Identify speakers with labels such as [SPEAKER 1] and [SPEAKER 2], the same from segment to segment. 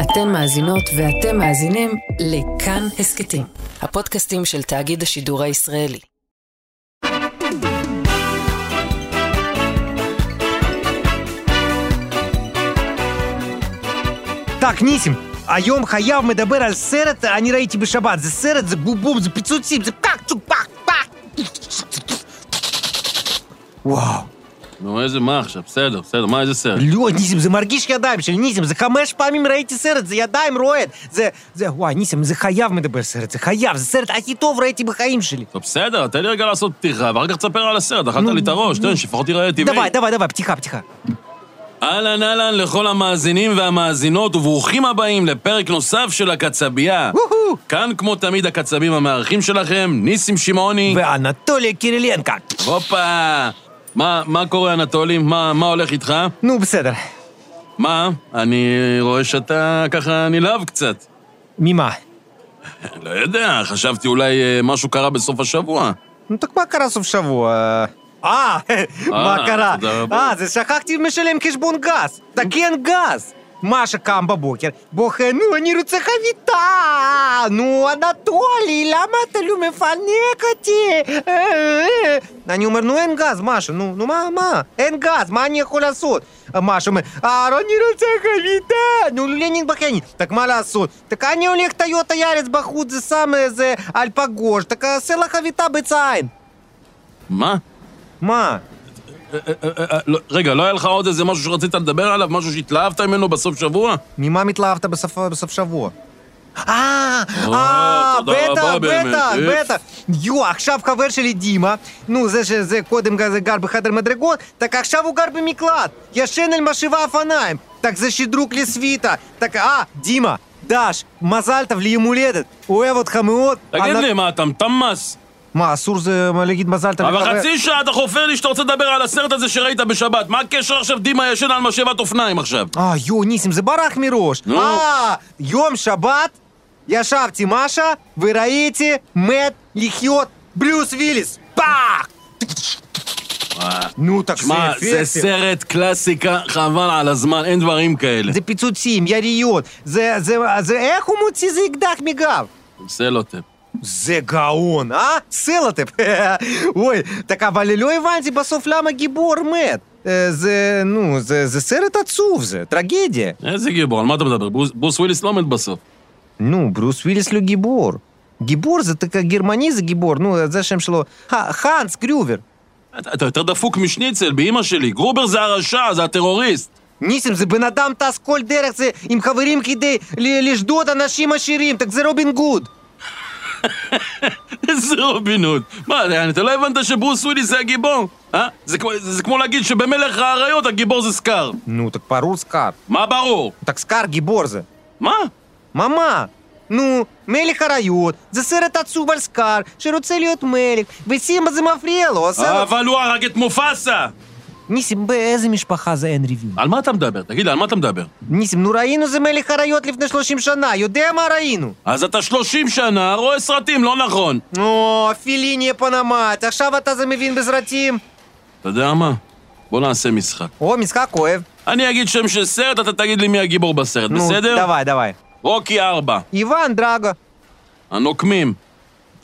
[SPEAKER 1] אתן מאזינות ואתם מאזינים לכאן הסכתים, הפודקאסטים של תאגיד השידור הישראלי.
[SPEAKER 2] Так, ניסים, היום חייב מדבר על סרט, אני ראיתי בשבת, זה סרט, זה בום בום, זה פיצוצים, זה פאק צ'וק פאק פאק. וואו,
[SPEAKER 3] נו, איזה מה עכשיו? בסדר, בסדר, מה איזה סרט?
[SPEAKER 2] לא, ניסים, זה מרגיש ידיים שלי, ניסים, זה חמש פעמים ראיתי סרט, זה ידיים רועד, זה, זה, וואי, ניסים, זה חייב מדבר סרט, זה חייב, זה סרט הכי טוב ראיתי בחיים שלי.
[SPEAKER 3] טוב, בסדר, תן לי רגע לעשות פתיחה, ואחר כך תספר על הסרט, אכלת לי את הראש, תן, שלפחות ייראה טבעי.
[SPEAKER 2] דבай, דבай, דבай, פתיחה, פתיחה.
[SPEAKER 3] אהלן, אהלן לכל המאזינים והמאזינות, וברוכים הבאים לפרק נוסף של הקצבייה.
[SPEAKER 2] וואו.
[SPEAKER 3] כאן, כמו תמיד, הקצבים המארחים שלכם, ניסים שמעוני.
[SPEAKER 2] ואנטוליה קירילנקה.
[SPEAKER 3] הופה! מה, מה קורה, אנטולי? מה, מה הולך איתך?
[SPEAKER 2] נו, בסדר.
[SPEAKER 3] מה? אני רואה שאתה ככה נלהב קצת.
[SPEAKER 2] ממה?
[SPEAKER 3] לא יודע, חשבתי אולי אה, משהו קרה בסוף השבוע.
[SPEAKER 2] Ну так а. מה קרה סוף שבוע? אה, מה קרה?
[SPEAKER 3] תודה רבה.
[SPEAKER 2] אה, זה שכחתי משלם חשבון גז. תקן גז. משה קם בבוקר, בוכה, נו, אני רוצה חביתה! נו, אנטולי, למה אתה לא מפנק אותי? אה, אה. אני אומר, נו, אין גז, משה, נו, נו, מה, מה? אין גז, מה אני יכול לעשות? משה אומר, אה, אני רוצה חביתה! נו, לנין בחני, Ну, так מה לעשות? так אני הולך טיוטה יארץ בחוץ, זה שם איזה אלפגוש, так а עשה לה חביתה בציין.
[SPEAKER 3] מה?
[SPEAKER 2] מה?
[SPEAKER 3] אה, אה, אה, אה, לא, רגע, לא היה לך עוד איזה משהו שרצית לדבר עליו? משהו שהתלהבת ממנו בסוף שבוע?
[SPEAKER 2] ממה מתלהבת בסוף, בסוף שבוע? אה,
[SPEAKER 3] או,
[SPEAKER 2] אה,
[SPEAKER 3] תודה
[SPEAKER 2] בטח,
[SPEAKER 3] רבה, באמת,
[SPEAKER 2] בטח,
[SPEAKER 3] איף.
[SPEAKER 2] בטח. יו, עכשיו חבר שלי דימה, נו, זה שזה קודם כזה גר בחדר מדרגות, так עכשיו הוא גר במקלט, ישן על משאבה אופניים, так זה שדרוג לסוויטה, так אה, דימה, דש, מזל טוב ליום הולדת, אוהב אותך מאוד.
[SPEAKER 3] תגיד
[SPEAKER 2] אנ-
[SPEAKER 3] לי, מה, אתה מטמס? מה,
[SPEAKER 2] מה, אסור זה מה, להגיד מזל טוב
[SPEAKER 3] אבל חצי שעה אתה חופר לי שאתה רוצה לדבר על הסרט הזה שראית בשבת. מה הקשר עכשיו דימה ישן על משאבת אופניים עכשיו?
[SPEAKER 2] אה, יו, ניסים, זה ברח מראש.
[SPEAKER 3] נו.
[SPEAKER 2] אה, יום שבת, ישבתי משה, וראיתי מת לחיות ברוס וויליס. פאק! נו, תקשיב,
[SPEAKER 3] שמע, זה סרט קלאסיקה, חבל על הזמן, אין דברים כאלה.
[SPEAKER 2] זה פיצוצים, יריות, זה, זה, זה, איך הוא מוציא איזה אקדח מגב?
[SPEAKER 3] סלוטפ.
[SPEAKER 2] זה גאון, אה? סלוטפ. אוי, так а אבל לא הבנתי בסוף למה גיבור מת. אה, זה, נו, זה, זה סרט עצוב, זה טרגדיה.
[SPEAKER 3] איזה גיבור, על מה אתה מדבר? ברוס- ברוס וויליס לא מת בסוף.
[SPEAKER 2] Ну, Брюс Уиллис לא גיבור. גיבור זה така גרמני זה גיבור, נו, זה שם שלו. ה- חנס קריובר.
[SPEAKER 3] אתה אתה יותר דפוק משניצל, באימא שלי. גרובר זה הרשע, זה הטרוריסט.
[SPEAKER 2] ניסים זה בן אדם טס כל דרך זה עם חברים כדי ל- לשדוד אנשים עשירים, а так זה רובין גוד.
[SPEAKER 3] איזה רובין הוד. מה, אתה לא הבנת שברוס וויליס זה הגיבור? אה? זה כמו- זה כמו להגיד שבמלך האריות הגיבור זה סקאר.
[SPEAKER 2] נו, Ну, так ברור סקאר.
[SPEAKER 3] מה ברור?
[SPEAKER 2] так סקאר גיבור זה.
[SPEAKER 3] מה?
[SPEAKER 2] ממה, נו, מלך אריות, זה סרט עצוב על סקאר, שרוצה להיות מלך, וסימבה זה מפריע לו, עושה לו...
[SPEAKER 3] אבל הוא הרג את מופסה!
[SPEAKER 2] ניסים, באיזה משפחה זה אין ריבים?
[SPEAKER 3] על מה אתה מדבר? תגיד, על מה אתה מדבר?
[SPEAKER 2] ניסים, נו ראינו זה מלך אריות לפני 30 שנה, יודע מה ראינו?
[SPEAKER 3] אז אתה 30 שנה רואה סרטים, לא נכון.
[SPEAKER 2] או, פיליניה פנמט, עכשיו אתה זה מבין בסרטים?
[SPEAKER 3] אתה יודע מה? בוא נעשה משחק.
[SPEAKER 2] או, משחק אוהב.
[SPEAKER 3] אני אגיד שם של סרט, אתה תגיד לי מי הגיבור בסרט, בסדר?
[SPEAKER 2] Ну, давай, давай.
[SPEAKER 3] רוקי 4,
[SPEAKER 2] Иван Драго.
[SPEAKER 3] הנוקמים.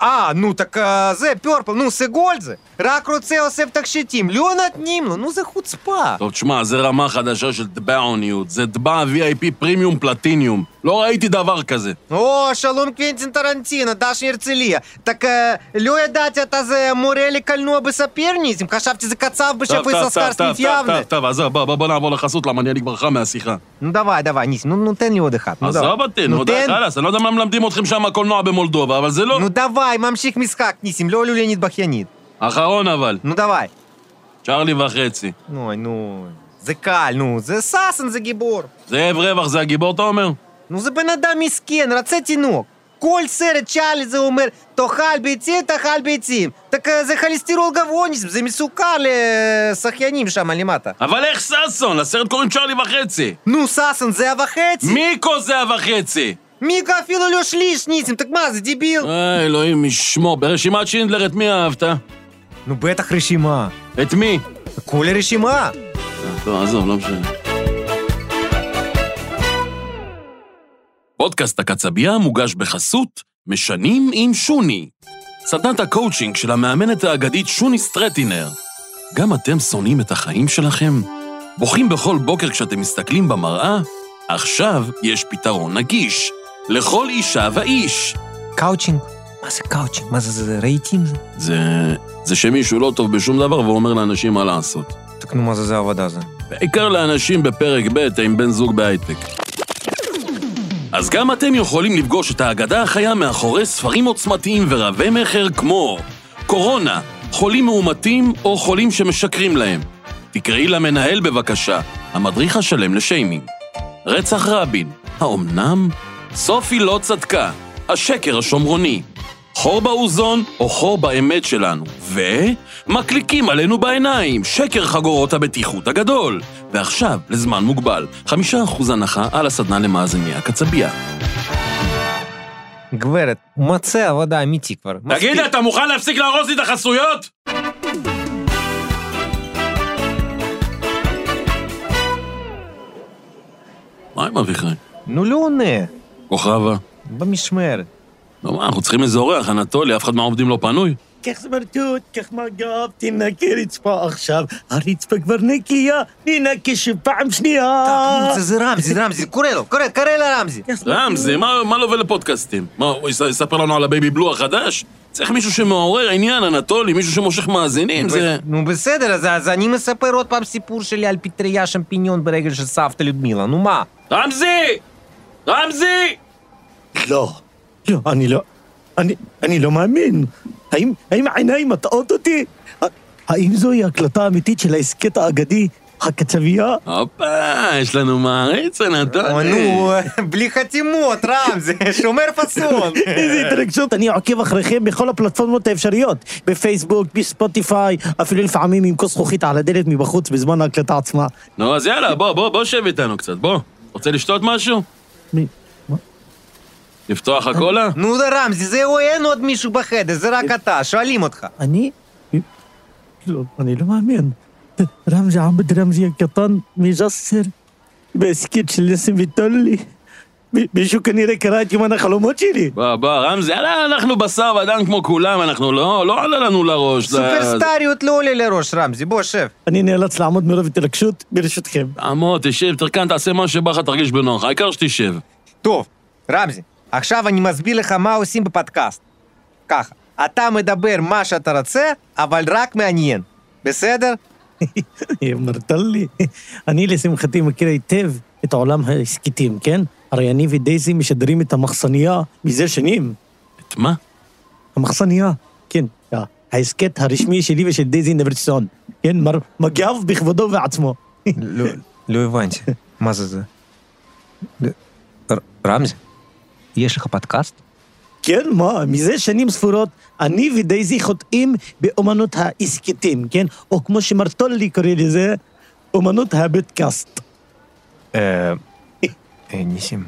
[SPEAKER 2] А, ну так а, זה פרפל, נו זה גולד זה. רק רוצה אוסף תכשיטים, לא נותנים לו, נו זה חוצפה.
[SPEAKER 3] טוב, תשמע, זה רמה חדשה של דבעוניות. זה דבע VIP פרימיום פלטיניום. לא ראיתי דבר כזה.
[SPEAKER 2] או, שלום קווינטין טרנטינו, דש הרצליה. так а, לא ידעתי אתה זה מורה לקלנוע בספירניזם, חשבתי זה קצב
[SPEAKER 3] טוב,
[SPEAKER 2] בשפי
[SPEAKER 3] טוב, טוב,
[SPEAKER 2] ססקר
[SPEAKER 3] טוב,
[SPEAKER 2] סניף
[SPEAKER 3] טוב,
[SPEAKER 2] יבנה.
[SPEAKER 3] טוב, טוב, עזוב, בוא, בוא, בוא נעבור לחסות, למה אני כבר חם מהשיחה.
[SPEAKER 2] נו Ну, давай, давай, ну, ניסים, נו, נו תן לי עוד אחד. נו,
[SPEAKER 3] עזוב
[SPEAKER 2] давай. Ну,
[SPEAKER 3] אותי,
[SPEAKER 2] נו,
[SPEAKER 3] נו, די,
[SPEAKER 2] תן.
[SPEAKER 3] חלאס, אני לא יודע מה מלמדים אתכם שם הקולנוע במולדובה, אבל זה לא...
[SPEAKER 2] נו Ну, давай, ממשיך משחק, ניסים, לא לולנית בכיינית.
[SPEAKER 3] אחרון אבל,
[SPEAKER 2] נו Ну, давай.
[SPEAKER 3] צ'ארלי וחצי.
[SPEAKER 2] Ну, ну, זה קל, נו, זה סאסן, זה גיבור.
[SPEAKER 3] זאב רווח זה הגיבור, אתה אומר?
[SPEAKER 2] נו, זה בן אדם מסכן, רצה תינוק. כל סרט צ'ארלי זה אומר, תאכל ביצים, תאכל ביצים. так אה, זה חליסטרול גבוהוניזם, זה מסוכר לשחיינים שם למטה.
[SPEAKER 3] אבל איך ששון? לסרט קוראים צ'ארלי וחצי.
[SPEAKER 2] נו, סאסן, זה וחצי.
[SPEAKER 3] מיקו זה וחצי.
[SPEAKER 2] מיקה אפילו לא שליש, ניסים, так מה זה, דיביל?
[SPEAKER 3] אה, אלוהים ישמור. ברשימת שינדלר את מי אהבת?
[SPEAKER 2] נו, בטח רשימה.
[SPEAKER 3] את מי?
[SPEAKER 2] כל הרשימה.
[SPEAKER 3] טוב, עזוב, לא משנה. פודקאסט הקצבייה מוגש בחסות משנים עם שוני. סדנת הקואוצ'ינג של המאמנת האגדית שוני סטרטינר. גם אתם שונאים את החיים שלכם? בוכים בכל בוקר כשאתם מסתכלים במראה? עכשיו יש פתרון נגיש. לכל אישה ואיש.
[SPEAKER 2] קאוצ'ינג? מה זה קאוצ'ינג? מה זה, זה, זה רהיטים? זה?
[SPEAKER 3] זה... זה שמישהו לא טוב בשום דבר ואומר לאנשים מה לעשות.
[SPEAKER 2] так, ну, נו, מה זה, זה עבודה זה?
[SPEAKER 3] בעיקר לאנשים בפרק ב' עם בן זוג בהייטק. אז גם אתם יכולים לפגוש את האגדה החיה מאחורי ספרים עוצמתיים ורבי מכר כמו קורונה, חולים מאומתים או חולים שמשקרים להם. תקראי למנהל בבקשה, המדריך השלם לשיימינג. רצח רבין, האומנם? סופי לא צדקה, השקר השומרוני. חור באוזון או חור באמת שלנו. ומקליקים עלינו בעיניים, שקר חגורות הבטיחות הגדול. ועכשיו, לזמן מוגבל, חמישה אחוז הנחה על הסדנה למאזיני הקצבייה.
[SPEAKER 2] גברת, מצא עבודה אמיתי כבר.
[SPEAKER 3] תגיד, אתה מוכן להפסיק להרוס לי את החסויות? מה עם אביחי?
[SPEAKER 2] נו, לא עונה.
[SPEAKER 3] כוכבה?
[SPEAKER 2] במשמרת.
[SPEAKER 3] נו, לא, מה, אנחנו צריכים איזה אורח, אנטולי, אף אחד מהעובדים לא פנוי.
[SPEAKER 4] קח סמרטוט, קח מגב, תנקה רצפה עכשיו. הרצפה כבר נקייה, ננקה שוב פעם שנייה.
[SPEAKER 2] זה, זה רמזי, זה רמזי, קורא לו, קורא, קורא לרמזי.
[SPEAKER 4] קח סמרטוט.
[SPEAKER 3] רמזי, מה מה לו ולפודקאסטים? מה, הוא יס- יספר לנו על הבייבי בלו החדש? צריך מישהו שמעורר עניין, אנטולי, מישהו שמושך מאזינים, זה...
[SPEAKER 2] נו בסדר, אז, אז אני מספר עוד פעם סיפור שלי על פטריה שמפיניון ברגל של סבתא людмила, Ну, נו מה?
[SPEAKER 3] רמזי! רמזי!
[SPEAKER 4] לא, לא, אני לא, אני, אני לא מאמין. האם, האם העיניים מטעות אותי? ה- האם זוהי הקלטה אמיתית של ההסכת האגדי, הקצבייה?
[SPEAKER 3] Eh. הופה, יש לנו מעריץ,
[SPEAKER 2] או,
[SPEAKER 3] אנטולי.
[SPEAKER 2] נו, בלי חתימות, רמזי, שומר פאסון.
[SPEAKER 4] איזה התרגשות, אני עוקב אחריכם בכל הפלטפורמות האפשריות, בפייסבוק, בספוטיפיי, אפילו לפעמים עם כוס זכוכית על הדלת מבחוץ בזמן ההקלטה עצמה.
[SPEAKER 3] נו, אז יאללה, בוא, בוא, בוא שב איתנו קצת, בוא. רוצה לשתות משהו?
[SPEAKER 4] מי? מה?
[SPEAKER 3] לפתוח הקולה?
[SPEAKER 2] נו רמזי, זהו, אין עוד מישהו בחדר, זה רק אתה, שואלים אותך.
[SPEAKER 4] אני? לא, אני לא מאמין. רמזי עבד רמזי הקטן מג'סר, בהסכת של ניסים וטולי. מ- מישהו כנראה קרא את יומן החלומות שלי.
[SPEAKER 3] בוא, בוא, רמזי, יאללה, אנחנו בשר ודם כמו כולם, אנחנו לא, לא עלה לנו לראש. זה-
[SPEAKER 2] סופרסטריות לא עולה לראש, רמזי, בוא, שב.
[SPEAKER 4] אני נאלץ לעמוד מרוב התרגשות ברשותכם.
[SPEAKER 3] תעמוד, תשב, תרקן, תעשה מה שבא לך, תרגיש בנוח, העיקר שתשב.
[SPEAKER 2] טוב, רמזי, עכשיו אני מסביר לך מה עושים בפודקאסט. ככה, אתה מדבר מה שאתה רוצה, אבל רק מעניין. בסדר?
[SPEAKER 4] מרטלי, אני לשמחתי מכיר היטב את עולם ההסכתים, כן? הרי אני ודייזי משדרים את המחסניה מזה שנים.
[SPEAKER 3] את מה?
[SPEAKER 4] המחסניה, כן, ההסכת הרשמי שלי ושל דייזי נברסון, כן, מר מג"ב בכבודו ועצמו.
[SPEAKER 2] לא הבנתי. מה זה זה? רמזי, יש לך פודקאסט?
[SPEAKER 4] כן, מה, מזה שנים ספורות אני ודייזי חוטאים באומנות ההסכתים, כן? או כמו שמרטולי קורא לזה, אומנות הבודקאסט.
[SPEAKER 2] Э, ניסים,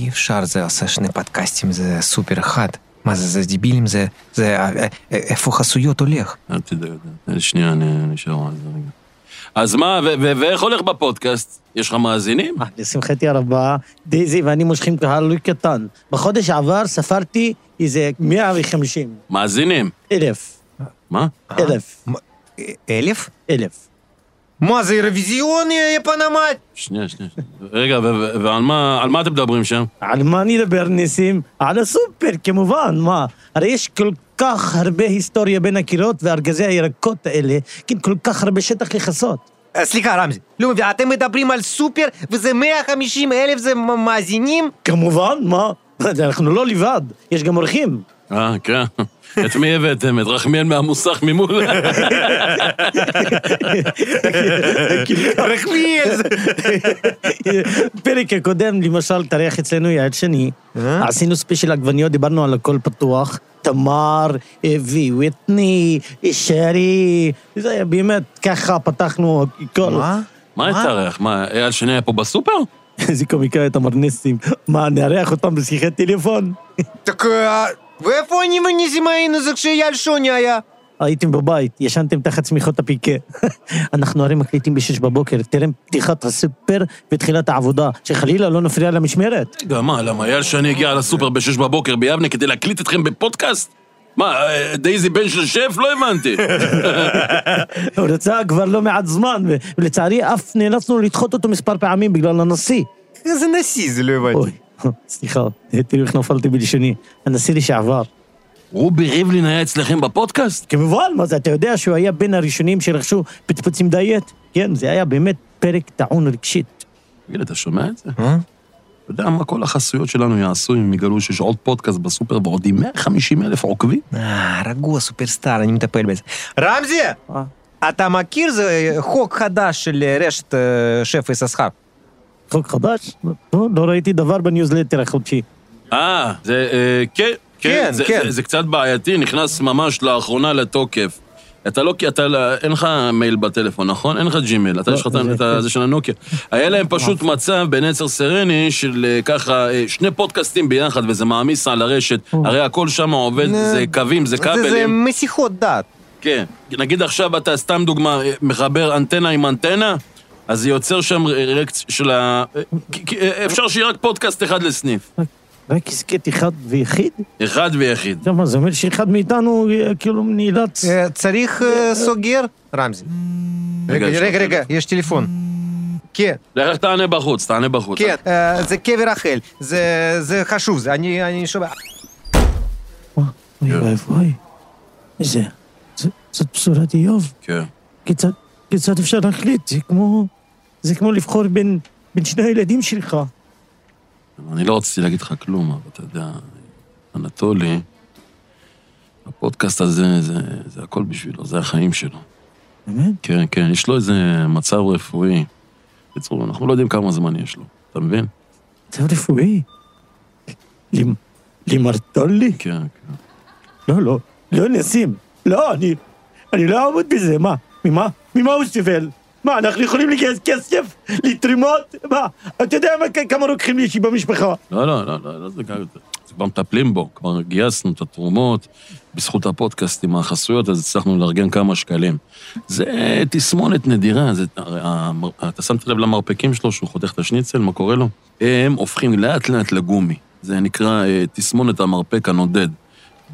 [SPEAKER 2] אי אפשר זה עושה שני פודקאסטים, זה סופר אחד. מה זה, זה דיבילים, זה... זה... אה, אה, איפה חסויות הולך?
[SPEAKER 3] אל תדאג, אה, שנייה, אני נשאר על זה רגע. אז מה, ו- ו- ואיך הולך בפודקאסט? יש לך מאזינים?
[SPEAKER 4] אה, לשמחתי הרבה, דייזי ואני מושכים קהל לא קטן. בחודש שעבר ספרתי איזה 150
[SPEAKER 3] מאזינים.
[SPEAKER 4] אלף,
[SPEAKER 3] מה?
[SPEAKER 4] אה? אלף,
[SPEAKER 2] Э, אלף?
[SPEAKER 4] אלף.
[SPEAKER 2] מה זה, אירוויזיון, יא פנמת?
[SPEAKER 3] שנייה, שנייה. שנייה. רגע, ו- ו- ועל מה, על מה אתם מדברים שם?
[SPEAKER 4] על מה אני אדבר, ניסים? על הסופר, כמובן, מה? הרי יש כל כך הרבה היסטוריה בין הקירות וארגזי הירקות האלה, כן, כל כך הרבה שטח לכסות.
[SPEAKER 2] אה, סליחה, רמזי, לא מבין, אתם מדברים על סופר, וזה 150 אלף זה מ- מאזינים?
[SPEAKER 4] כמובן, מה? אנחנו לא לבד, יש גם אורחים.
[SPEAKER 3] אה, כן. את מי הבאתם? את רחמיאל מהמוסך ממול?
[SPEAKER 2] רחמיאל! זה-
[SPEAKER 4] בפרק הקודם, למשל, התארח אצלנו יעד שני.
[SPEAKER 2] אה?
[SPEAKER 4] עשינו ספיישל עגבניות, דיברנו על הכל פתוח. תמר, אה, וויטני, אה, שרי, זה היה באמת, ככה פתחנו הכל.
[SPEAKER 2] מה?
[SPEAKER 3] מה התארח? מה, אייל שני היה פה בסופר?
[SPEAKER 4] איזה קומיקאי אתה מרנסים. מה, נארח אותם בשיחת טלפון?
[SPEAKER 2] Так, а, ואיפה אני וניסים היינו זה כשאייל שוני היה?
[SPEAKER 4] הייתם בבית, ישנתם תחת שמיכות הפיקה. אנחנו הרי מקליטים ב-6 בבוקר, טרם פתיחת הסופר ותחילת העבודה, שחלילה לא נפריע למשמרת.
[SPEAKER 3] רגע, מה, למה אייל שאני אגיע לסופר ב-6 בבוקר ביבנה כדי להקליט אתכם בפודקאסט? מה, אה, דייזי בן של שף? לא הבנתי.
[SPEAKER 4] הוא רצה כבר לא מעט זמן, ו- ולצערי אף נאלצנו לדחות אותו מספר פעמים בגלל הנשיא.
[SPEAKER 2] זה נשיא, זה לא הבנתי.
[SPEAKER 4] אוי, סליחה, תראו איך נפלתי בלשוני. הנשיא לשעבר.
[SPEAKER 3] רובי ריבלין היה אצלכם בפודקאסט?
[SPEAKER 4] כמובן, מה זה, אתה יודע שהוא היה בין הראשונים שרכשו פצפוצים דיאט? כן, זה היה באמת פרק טעון רגשית.
[SPEAKER 3] תגיד, אתה שומע את זה? אתה יודע מה כל החסויות שלנו יעשו אם יגלו שיש עוד פודקאסט בסופר ועוד עם 150 אלף עוקבים?
[SPEAKER 2] אה, רגוע, סופרסטאר, אני מטפל בזה. רמזי!
[SPEAKER 4] אה.
[SPEAKER 2] אתה מכיר זה חוק חדש של רשת אה, שף יששכר?
[SPEAKER 4] חוק חדש? לא, לא ראיתי דבר בניוזלטר החודשי.
[SPEAKER 3] אה, זה, אה, כן, כן,
[SPEAKER 2] כן,
[SPEAKER 3] זה,
[SPEAKER 2] כן.
[SPEAKER 3] זה, זה קצת בעייתי, נכנס ממש לאחרונה לתוקף. אתה לא, כי אתה, לא- אין לך מייל בטלפון, נכון? אין לך ג'ימייל, אתה
[SPEAKER 4] לא,
[SPEAKER 3] יש לך
[SPEAKER 4] זה-
[SPEAKER 3] את ה- זה כן. נכון. של הנוקיה. היה להם פשוט מצב בנצר סרני של אה, ככה, אה, שני פודקאסטים ביחד, וזה מעמיס על הרשת. הרי הכל שם עובד, זה קווים, זה
[SPEAKER 2] זה- זה
[SPEAKER 3] כבלים.
[SPEAKER 2] מסיכות דת.
[SPEAKER 3] כן. נגיד עכשיו אתה, סתם דוגמה, אה, מחבר אנטנה עם אנטנה, אז זה יוצר שם רקט של ה... אה, כי- כי- אה, אפשר שיהיה רק פודקאסט אחד לסניף.
[SPEAKER 4] רק- רק הסכת אחד ויחיד?
[SPEAKER 3] אחד ויחיד.
[SPEAKER 4] אתה יודע מה, זה אומר שאחד מאיתנו אה, כאילו נאלץ...
[SPEAKER 2] אה, צריך אה, סוגר? רמזי. רגע,
[SPEAKER 3] יש לך
[SPEAKER 2] רגע, רגע, יש טלפון. כן,
[SPEAKER 3] לך תענה בחוץ, תענה בחוץ.
[SPEAKER 2] כן, אה, זה קבר רחל, זה- זה חשוב, זה- אני אני שומע.
[SPEAKER 4] אה, אוי ואי ואי. איזה... ז- זאת בשורת איוב.
[SPEAKER 3] כן.
[SPEAKER 4] כיצד, כיצד אפשר להחליט? זה כמו... זה כמו לבחור בין, בין שני הילדים שלך.
[SPEAKER 3] אני לא רציתי להגיד לך כלום, אבל אתה יודע, אנטולי, הפודקאסט הזה, זה, זה הכל בשבילו, זה החיים שלו.
[SPEAKER 4] באמת?
[SPEAKER 3] כן, כן, יש לו איזה מצב רפואי. בקיצור, אנחנו לא יודעים כמה זמן יש לו, אתה מבין?
[SPEAKER 4] צו רפואי. ל- למרטולי?
[SPEAKER 3] כן, כן.
[SPEAKER 4] לא, לא. לא נסים. לא, אני... אני לא אעמוד בזה, מה? ממה? ממה הוא סובל? מה, אנחנו יכולים לגייס כסף? לתרומות? מה? אתה יודע מה, כ- כמה לוקחים לי אישי במשפחה?
[SPEAKER 3] לא, לא, לא, לא, לא זה גם יותר. זה כבר מטפלים בו, כבר גייסנו את התרומות, בזכות הפודקאסט עם החסויות, אז הצלחנו לארגן כמה שקלים. זה תסמונת נדירה, זה, הרי המר- אתה שמת לב למרפקים שלו, שהוא חותך את השניצל, מה קורה לו? הם הופכים לאט לאט לגומי. זה נקרא אה, תסמונת המרפק הנודד,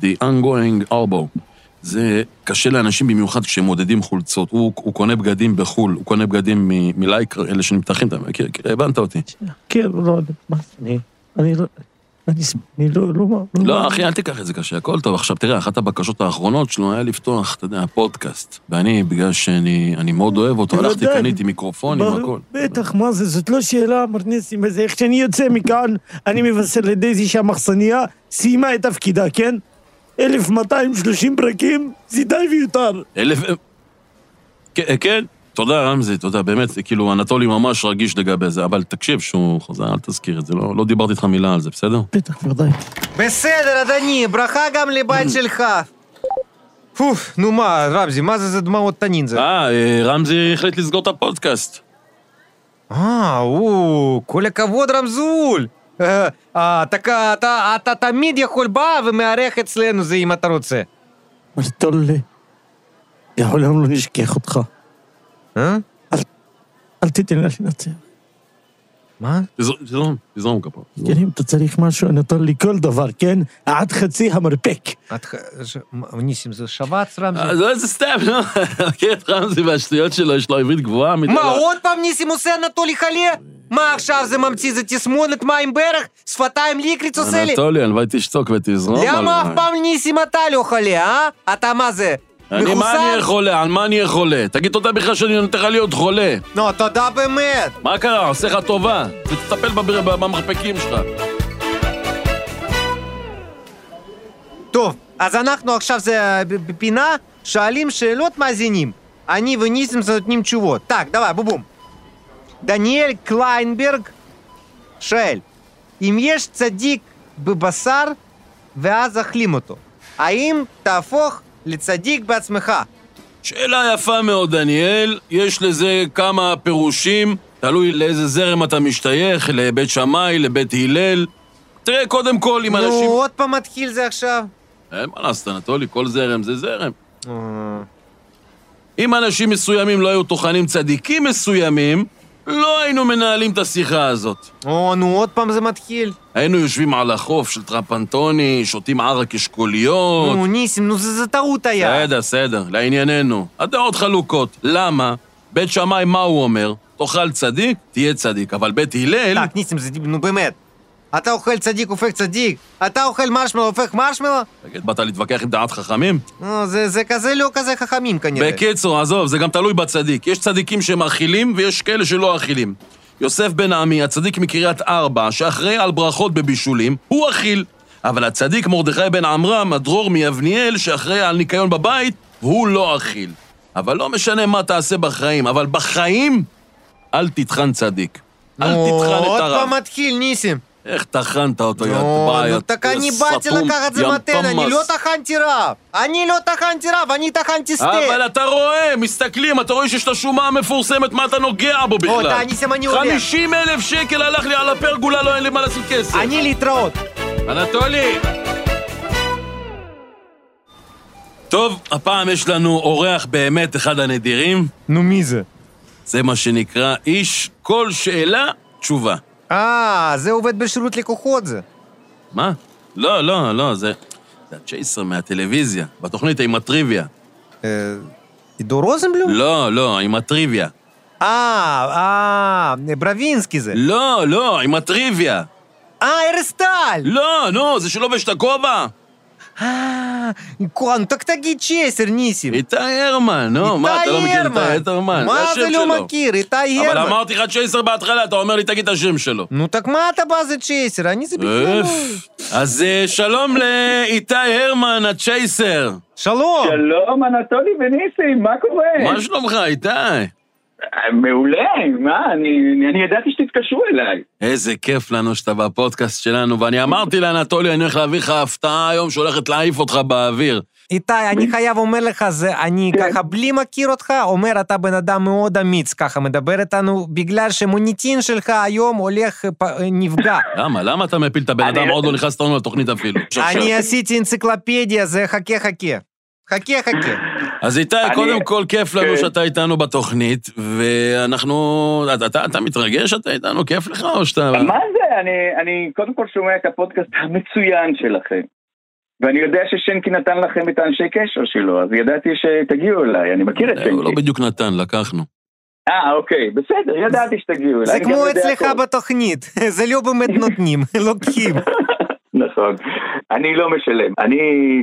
[SPEAKER 3] The ongoing elbow. זה קשה לאנשים במיוחד כשהם מודדים חולצות. הוא, הוא קונה בגדים בחו"ל, הוא קונה בגדים מ- מלייקר, אלה שנמתחים, אתה מכיר, כן, הבנת אותי.
[SPEAKER 4] כן, לא, מה, אני... אני לא... אני ס- אני לא... לא... מה-
[SPEAKER 3] לא, אחי, אל תיקח את זה קשה, הכל טוב. עכשיו, תראה, אחת הבקשות האחרונות שלו היה לפתוח, אתה יודע, פודקאסט. ואני, בגלל שאני אני מאוד אוהב אותו, הלכתי,
[SPEAKER 4] בוודאי.
[SPEAKER 3] קניתי מיקרופונים,
[SPEAKER 4] ברור,
[SPEAKER 3] נכון, הכל.
[SPEAKER 4] בטח, מה זה, זאת לא שאלה, מר ניסים, איזה, איך שאני יוצא מכאן, אני מבשר לדייזי שהמחסניה סיימה את תפקידה, כן? 1230 פרקים, זה די ויותר.
[SPEAKER 3] אלף... כן, כן, תודה, רמזי, תודה, באמת, כאילו, אנטולי ממש רגיש לגבי זה, אבל תקשיב, שהוא חוזר, אל תזכיר את זה, לא לא דיברתי איתך מילה על זה, בסדר?
[SPEAKER 4] בטח, ודאי.
[SPEAKER 2] בסדר, אדוני, ברכה גם לבית שלך. פוף, נו מה, רמזי, מה זה זה דמעות תנין זה?
[SPEAKER 3] אה, אה, רמזי החליט לסגור את הפודקאסט.
[SPEAKER 2] אה, או, כל הכבוד, רמזול. אה, אה, так, אה, אתה אתה תמיד יכול בא ומארח אצלנו זה אם אתה רוצה.
[SPEAKER 4] מרטולה, לעולם לא נשכח אותך.
[SPEAKER 2] אה?
[SPEAKER 4] אל תיתן לה לנצח.
[SPEAKER 2] מה?
[SPEAKER 3] תזרום, תזרום, תזרום כפה.
[SPEAKER 4] כן, אם אתה צריך משהו, אני נותן לי כל דבר, כן? עד חצי המרפק.
[SPEAKER 2] את ח- ש- מ- ניסים, זה שבץ, רמזי?
[SPEAKER 3] אה, לא, זה סתם, לא, מכיר את רמזי והשטויות שלו, יש לו עברית גבוהה. לא.
[SPEAKER 2] מה,
[SPEAKER 3] מתעלה.
[SPEAKER 2] עוד פעם ניסים עושה אנטולי חלה? מה עכשיו זה ממציא, זה תסמונת מים ברך? שפתיים ליקריץ
[SPEAKER 3] А
[SPEAKER 2] עושה לי?
[SPEAKER 3] אנטולי, הלוואי תשתוק ותזרום.
[SPEAKER 2] למה אף
[SPEAKER 3] הלוואי.
[SPEAKER 2] פעם ניסים אתה לא חלה, אה? אתה מה זה?
[SPEAKER 3] אני, מה
[SPEAKER 2] מחוסן?
[SPEAKER 3] אני חולה? על מה אני חולה? תגיד תודה בכלל שאני נותן לך להיות חולה.
[SPEAKER 2] נו, תודה באמת.
[SPEAKER 3] מה קרה? עושה לך טובה. ותטפל בבר- במרפקים שלך.
[SPEAKER 2] טוב, אז אנחנו עכשיו זה ב- ב- פינה, שואלים שאלות מאזינים. אני וניסים נותנים תשובות. Так, давай, бубум. דניאל קליינברג שואל, אם יש צדיק בבשר ואז אכלים אותו, האם תהפוך לצדיק בעצמך?
[SPEAKER 3] שאלה יפה מאוד, דניאל. יש לזה כמה פירושים, תלוי לאיזה זרם אתה משתייך, לבית שמאי, לבית הלל. תראה, קודם כל, אם
[SPEAKER 2] נו,
[SPEAKER 3] אנשים...
[SPEAKER 2] עוד פעם מתחיל זה עכשיו.
[SPEAKER 3] אין מה לעשות, אנטולי, כל זרם זה זרם. אם אנשים מסוימים לא היו טוחנים צדיקים מסוימים, לא היינו מנהלים את השיחה הזאת.
[SPEAKER 2] או, נו, עוד פעם זה מתחיל.
[SPEAKER 3] היינו יושבים על החוף של טרפנטוני, שותים ערק אשכוליות.
[SPEAKER 2] נו, ניסים, נו, זה זה טעות היה.
[SPEAKER 3] בסדר, בסדר, לענייננו. הדעות חלוקות. למה? בית שמאי, מה הוא אומר? תאכל צדיק, תהיה צדיק. אבל בית הלל...
[SPEAKER 2] так, ну, ניסים, זה, נו באמת. אתה אוכל צדיק הופך צדיק, אתה אוכל מרשמלו הופך מרשמלו?
[SPEAKER 3] תגיד, באת להתווכח עם דעת חכמים?
[SPEAKER 2] נו, זה, זה כזה לא כזה חכמים כנראה.
[SPEAKER 3] בקיצור, עזוב, זה גם תלוי בצדיק. יש צדיקים שהם אכילים ויש כאלה שלא אכילים. יוסף בן עמי, הצדיק מקריית ארבע, שאחראי על ברכות בבישולים, הוא אכיל. אבל הצדיק מרדכי בן עמרם, הדרור מיבניאל, שאחראי על ניקיון בבית, הוא לא אכיל. אבל לא משנה מה תעשה בחיים, אבל בחיים, אל תטחן צדיק. אל
[SPEAKER 2] נו,
[SPEAKER 3] תטחן את
[SPEAKER 2] עוד
[SPEAKER 3] הרב.
[SPEAKER 2] פעם מתחיל, ניסים.
[SPEAKER 3] איך טחנת אותו, יא
[SPEAKER 2] נו,
[SPEAKER 3] בעיה?
[SPEAKER 2] ну так אני באתי לקחת זה מתן, אני לא טחנתי רב. אני לא טחנתי רב, אני טחנתי סטייק.
[SPEAKER 3] אבל אתה רואה, מסתכלים, אתה רואה שיש את השומה המפורסמת, מה אתה נוגע בו בכלל?
[SPEAKER 2] די, ניסים, אני הולך.
[SPEAKER 3] 50 אלף שקל הלך לי על הפרגולה, לא אין לי מה לעשות כסף.
[SPEAKER 2] אני להתראות.
[SPEAKER 3] אנטולי! טוב, הפעם יש לנו אורח באמת אחד הנדירים,
[SPEAKER 2] נו, מי זה?
[SPEAKER 3] זה מה שנקרא איש כל שאלה תשובה.
[SPEAKER 2] אה, זה עובד בשירות לקוחות זה.
[SPEAKER 3] מה? לא, לא, לא, זה... זה הצ'ייסר מהטלוויזיה, בתוכנית עם הטריוויה.
[SPEAKER 2] אה, עידו רוזנבלום?
[SPEAKER 3] לא, לא, עם הטריוויה.
[SPEAKER 2] אה, אה, ברווינסקי זה.
[SPEAKER 3] לא, לא, עם הטריוויה.
[SPEAKER 2] אה, ארז טל!
[SPEAKER 3] לא, נו, זה שלובש את הכובע.
[SPEAKER 2] אה, נו, А, так תגיד צ'סר, ניסים.
[SPEAKER 3] איתי הרמן, נו, מה, אתה לא מכיר את איתי הרמן?
[SPEAKER 2] מה
[SPEAKER 3] השם
[SPEAKER 2] זה
[SPEAKER 3] שלו.
[SPEAKER 2] לא מכיר? איתי
[SPEAKER 3] אבל
[SPEAKER 2] הרמן.
[SPEAKER 3] אמרתי לך צ'ייסר בהתחלה, אתה אומר לי, תגיד את השם שלו.
[SPEAKER 2] נו, Ну, так מה אתה בא זה צ'סר? אני זה בכלל...
[SPEAKER 3] אוף.
[SPEAKER 2] לא-
[SPEAKER 3] אז אה, שלום לאיתי הרמן, הצ'ייסר.
[SPEAKER 2] שלום!
[SPEAKER 5] שלום, אנטולי וניסים, מה קורה?
[SPEAKER 2] כן.
[SPEAKER 3] מה שלומך, איתי?
[SPEAKER 5] אה, מעולה, מה, אני, אני ידעתי שתתקשרו אליי.
[SPEAKER 3] איזה כיף לנו שאתה בפודקאסט שלנו, ואני אמרתי לאנטולי, אני הולך להביא לך הפתעה היום שהולכת להעיף אותך באוויר.
[SPEAKER 2] איתי, אני חייב אומר לך, זה אני
[SPEAKER 5] כן.
[SPEAKER 2] ככה בלי מכיר אותך, אומר אתה בן אדם מאוד אמיץ, ככה מדבר איתנו, בגלל שמוניטין שלך היום הולך, אה, פ- אה, נפגע.
[SPEAKER 3] למה? למה אתה מפיל את הבן
[SPEAKER 5] אני-
[SPEAKER 3] אדם? עוד לא נכנסת לנו לתוכנית אפילו.
[SPEAKER 2] אני עשיתי אנציקלפדיה, זה חכה חכה. חכה חכה.
[SPEAKER 3] אז איתי,
[SPEAKER 5] אני-
[SPEAKER 3] קודם כל כיף לנו
[SPEAKER 5] כן.
[SPEAKER 3] שאתה איתנו בתוכנית, ואנחנו... אתה- אתה אתה מתרגש שאתה איתנו? כיף לך או שאתה...
[SPEAKER 5] מה זה, אני, אני קודם כל שומע את הפודקאסט המצוין שלכם. ואני יודע ששנקי נתן לכם את האנשי קשר שלו, אז ידעתי שתגיעו אליי, אני מכיר את
[SPEAKER 3] אה, הוא לא
[SPEAKER 5] שנקי.
[SPEAKER 3] בדיוק נתן, לקחנו.
[SPEAKER 5] אה, אוקיי, בסדר, ידעתי שתגיעו אליי.
[SPEAKER 2] זה
[SPEAKER 5] אני גם
[SPEAKER 2] כמו
[SPEAKER 5] יודע
[SPEAKER 2] אצלך
[SPEAKER 5] הכל.
[SPEAKER 2] בתוכנית, זה לא באמת נותנים, לוקחים.
[SPEAKER 5] נכון. אני לא משלם, אני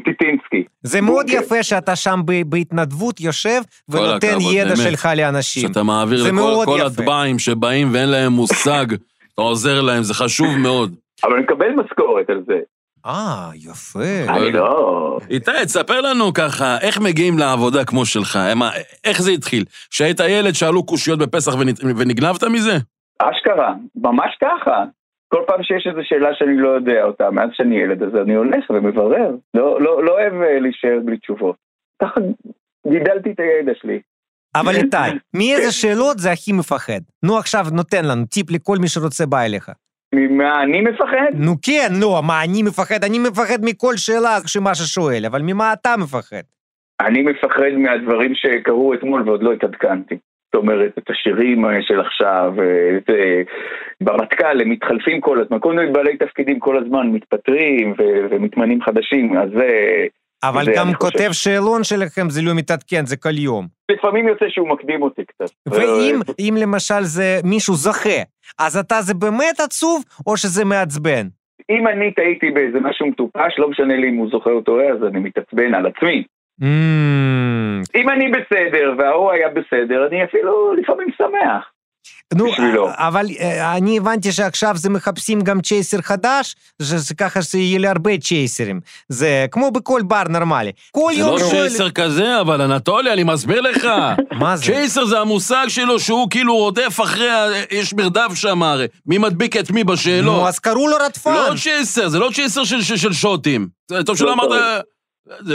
[SPEAKER 5] טיטינסקי.
[SPEAKER 2] זה מאוד
[SPEAKER 5] אוקיי.
[SPEAKER 2] יפה שאתה שם ב- בהתנדבות יושב
[SPEAKER 3] כל
[SPEAKER 2] ונותן
[SPEAKER 3] הכבוד,
[SPEAKER 2] ידע
[SPEAKER 3] באמת.
[SPEAKER 2] שלך לאנשים.
[SPEAKER 3] שאתה מעביר
[SPEAKER 2] זה
[SPEAKER 3] לכל
[SPEAKER 2] מאוד
[SPEAKER 3] כל
[SPEAKER 2] יפה.
[SPEAKER 3] הטבעים שבאים ואין להם מושג, אתה עוזר להם, זה חשוב מאוד.
[SPEAKER 5] אבל אני מקבל משכורת על זה.
[SPEAKER 2] אה, יפה.
[SPEAKER 5] אני לא...
[SPEAKER 3] איתי, תספר לנו ככה, איך מגיעים לעבודה כמו שלך? מה, איך זה התחיל? כשהיית ילד שאלו קושיות בפסח ונ- ונגנבת מזה?
[SPEAKER 5] אשכרה, ממש ככה. כל פעם שיש איזו שאלה שאני לא יודע אותה, מאז שאני ילד, אז אני הולך ומברר. לא, לא, לא אוהב אה, להישאר בלי תשובות. ככה גידלתי את הידע שלי.
[SPEAKER 2] אבל
[SPEAKER 3] כן.
[SPEAKER 2] איתי, מאיזה שאלות זה הכי מפחד? נו עכשיו נותן לנו טיפ לכל מי שרוצה בא אליך.
[SPEAKER 5] ממה אני מפחד?
[SPEAKER 2] נו כן, לא, מה אני מפחד? אני מפחד מכל שאלה שמה ששואל, אבל ממה אתה מפחד?
[SPEAKER 5] אני מפחד מהדברים שקרו אתמול ועוד לא התעדכנתי. זאת אומרת, את השירים אה, של עכשיו, אה, את אה, ברמטכ"ל, הם מתחלפים כל הזמן, כל מיני בעלי תפקידים כל הזמן מתפטרים ו- ומתמנים חדשים, אז אה, זה...
[SPEAKER 2] אבל
[SPEAKER 5] זה
[SPEAKER 2] גם
[SPEAKER 5] אני חושב.
[SPEAKER 2] כותב שאלון שלכם זה לא מתעדכן, זה כל יום.
[SPEAKER 5] לפעמים יוצא שהוא מקדים אותי קצת.
[SPEAKER 3] לא-
[SPEAKER 5] אה,
[SPEAKER 2] ואם אם למשל זה מישהו זוכה, אז אתה זה באמת עצוב או שזה מעצבן?
[SPEAKER 5] אם אני טעיתי באיזה משהו מטופש, לא משנה לי אם הוא זוכר או טועה, אז אני מתעצבן על עצמי.
[SPEAKER 2] אמ,
[SPEAKER 5] אם אני בסדר וההוא היה בסדר, אני אפילו לפעמים שמח.
[SPEAKER 2] נו,
[SPEAKER 5] בשבילו.
[SPEAKER 2] אבל אה, אני הבנתי שעכשיו זה מחפשים גם צ'ייסר חדש, שזה ככה שיהיה להרבה צ'ייסרים. זה כמו בכל בר נורמלי. כל
[SPEAKER 3] זה
[SPEAKER 2] יום
[SPEAKER 3] לא
[SPEAKER 2] שואל-
[SPEAKER 3] צ'ייסר כזה, אבל אנטולי, אני מסביר לך.
[SPEAKER 2] מה זה?
[SPEAKER 3] צ'ייסר זה המושג שלו שהוא כאילו רודף אחרי, ה- יש מרדף שם הרי, מי מדביק את מי
[SPEAKER 2] נו,
[SPEAKER 3] בשאלות.
[SPEAKER 2] אז קראו לו רדפן.
[SPEAKER 3] לא צ'ייסר, זה לא צ'ייסר של- של של שוטים. זה- טוב שלא
[SPEAKER 5] לא
[SPEAKER 3] אמרת... זה-